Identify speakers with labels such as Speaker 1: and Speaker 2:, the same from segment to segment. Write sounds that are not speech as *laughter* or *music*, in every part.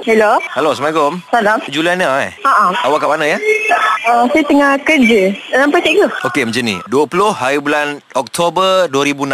Speaker 1: Hello.
Speaker 2: Hello, Assalamualaikum.
Speaker 1: Salam.
Speaker 2: Juliana eh?
Speaker 1: Ha-ha.
Speaker 2: Awak kat mana ya?
Speaker 1: Uh, saya tengah kerja. Nampak cikgu?
Speaker 2: Okey macam ni 20 hari bulan Oktober 2016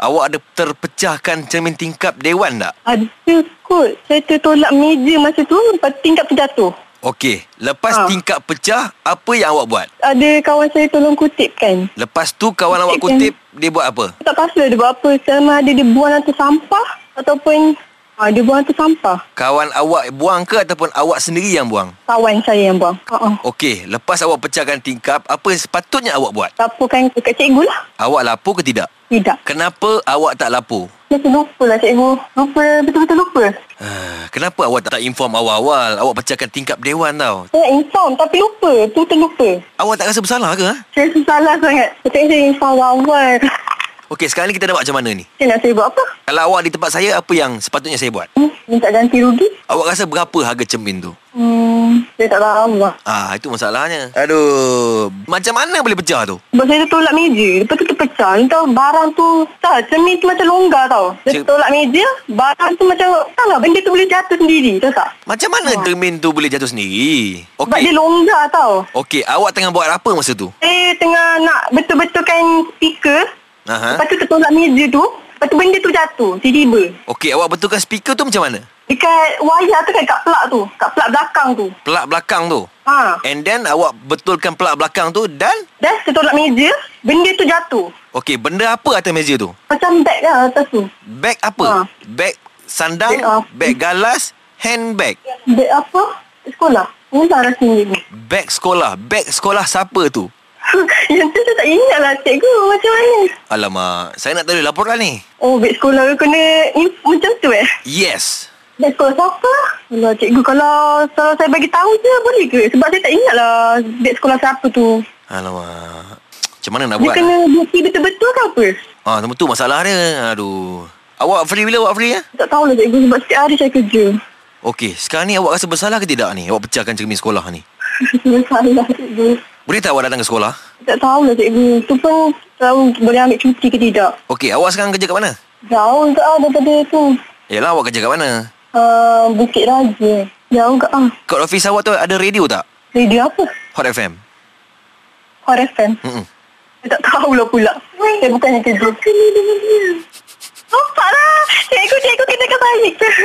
Speaker 2: Awak ada terpecahkan cermin tingkap Dewan tak?
Speaker 1: Ada kot. Saya tertolak meja masa tu. Lepas tu tingkap terjatuh.
Speaker 2: Okey Lepas
Speaker 1: Ha.
Speaker 2: tingkap pecah Apa yang awak buat?
Speaker 1: Ada kawan saya tolong kutipkan.
Speaker 2: Lepas tu kawan awak kutip Dia buat apa?
Speaker 1: Saya tak pasal dia buat apa. Selama ada dia buang hantar sampah. Ataupun uh, dia buang hantar sampah.
Speaker 2: Kawan awak buang ke Ataupun awak sendiri yang buang?
Speaker 1: Kawan saya yang buang. Uh-uh.
Speaker 2: Okey Lepas awak pecahkan tingkap Apa yang sepatutnya awak buat?
Speaker 1: Laporkan dekat cikgu lah.
Speaker 2: Awak lapor ke tidak?
Speaker 1: Tidak.
Speaker 2: Kenapa awak tak lapor?
Speaker 1: Saya tu lupa lah cikgu. Lupa. Betul-betul lupa.
Speaker 2: Ah, Kenapa awak tak tak inform awal-awal Awak pecahkan tingkap Dewan tau
Speaker 1: Saya inform tapi lupa. Tu terlupa.
Speaker 2: Awak tak rasa bersalah ke? Ha?
Speaker 1: Saya salah sangat. Betul saya inform awal-awal.
Speaker 2: Okey sekarang ni kita nak buat macam mana ni?
Speaker 1: Saya nak saya buat apa?
Speaker 2: Kalau awak di tempat saya Apa yang sepatutnya saya buat?
Speaker 1: Hmm, Minta ganti rugi?
Speaker 2: Awak rasa berapa harga cermin tu?
Speaker 1: Hmm, saya tak tahu lah.
Speaker 2: Ah, itu masalahnya. Aduh, macam mana boleh pecah tu?
Speaker 1: Sebab saya tertolak meja. Lepas tu terpecah. Ni tahu barang tu... Tak, cermin tu macam longgar tau. Saya
Speaker 2: Cik-
Speaker 1: tertolak meja, barang tu macam... Tak lah, benda tu boleh jatuh sendiri. Tahu tak?
Speaker 2: Macam mana
Speaker 1: Wah.
Speaker 2: cermin tu boleh jatuh sendiri?
Speaker 1: Ya. Sebab dia
Speaker 2: Okey.
Speaker 1: longgar tau.
Speaker 2: Okey, awak tengah buat apa masa tu?
Speaker 1: Saya tengah nak betul-betulkan speaker.
Speaker 2: Aha.
Speaker 1: Lepas tu tertolak meja tu. Lepas tu benda tu jatuh. Tiba-tiba.
Speaker 2: Okey, awak betulkan speaker tu macam mana?
Speaker 1: Dekat wayar tu kan kat plak tu. Kat plak belakang tu.
Speaker 2: Pelak belakang tu.
Speaker 1: Ha.
Speaker 2: And then awak betulkan pelak belakang tu dan
Speaker 1: Dah tertolak meja. Benda tu jatuh.
Speaker 2: okey, benda apa atas meja tu?
Speaker 1: Macam beg lah atas tu.
Speaker 2: Beg apa?
Speaker 1: Ha.
Speaker 2: Beg sandang,
Speaker 1: Beg ha. apa?
Speaker 2: beg galas, handbag,
Speaker 1: Beg apa? Sekolah. Mula rasanya ni.
Speaker 2: beg sekolah. Beg sekolah siapa tu?
Speaker 1: *laughs* Yang tu saya tak ingat lah cikgu macam mana.
Speaker 2: Alamak, saya nak tahu dia laporkan ni.
Speaker 1: Oh, beg sekolah ke kena in, macam tu eh?
Speaker 2: Yes.
Speaker 1: Beg sekolah siapa? Alah cikgu kalau, kalau saya bagi tahu je boleh ke? Sebab saya tak ingat lah beg sekolah siapa tu.
Speaker 2: Alamak. Macam mana nak
Speaker 1: Dia
Speaker 2: buat?
Speaker 1: kena bukti betul-betul ke apa?
Speaker 2: Ah, tu, tu masalah dia. Aduh. Awak free bila awak free ya?
Speaker 1: Tak tahulah cikgu sebab setiap hari saya *laughs* kerja.
Speaker 2: Okey, sekarang ni awak rasa bersalah ke tidak ni? Awak pecahkan cermin sekolah ni.
Speaker 1: Masalah cikgu.
Speaker 2: Boleh tak awak datang ke sekolah?
Speaker 1: Tak tahulah cikgu. Tu pun tahu boleh ambil cuti ke tidak.
Speaker 2: Okey, awak sekarang kerja kat mana?
Speaker 1: Jauh ke ah daripada tu.
Speaker 2: Yalah, awak kerja kat mana?
Speaker 1: Uh, Bukit Raja. Jauh ke ah.
Speaker 2: Kat office awak tu ada radio tak?
Speaker 1: Radio apa?
Speaker 2: Hot FM.
Speaker 1: Hot FM.
Speaker 2: Mm-mm.
Speaker 1: Saya tak tahulah pula. Saya bukannya kerja. Kena dengan dia. Nampak lah. Cikgu, cikgu kena ke baik ke? *laughs*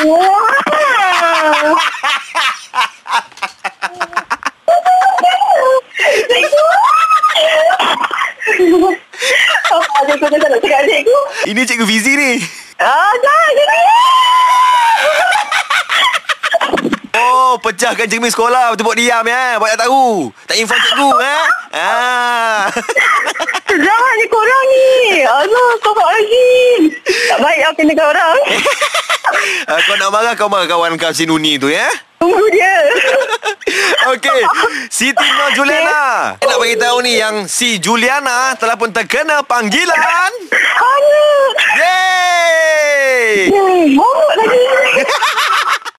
Speaker 1: Wow. Cikgu. Apa Oh, ada kau nak cakap cikgu?
Speaker 2: Ini cikgu Fizi ni.
Speaker 1: Ah, jangan jangan.
Speaker 2: *laughs* Oh, pecahkan cermin sekolah. Betul buat diam ya. Awak tak tahu. Tak inform cikgu ha. *laughs* Ah. *laughs*
Speaker 1: Jangan je korang ni. Allah, kau lagi. Tak baik aku kena kau orang.
Speaker 2: Ah, kau nak marah kau marah kawan kau si Nuni tu ya.
Speaker 1: Tunggu *laughs* dia.
Speaker 2: Okey, Siti Nur Juliana. Saya nak bagi tahu ni yang si Juliana telah pun terkena panggilan.
Speaker 1: Hanya
Speaker 2: Yay!
Speaker 1: Yay. Oh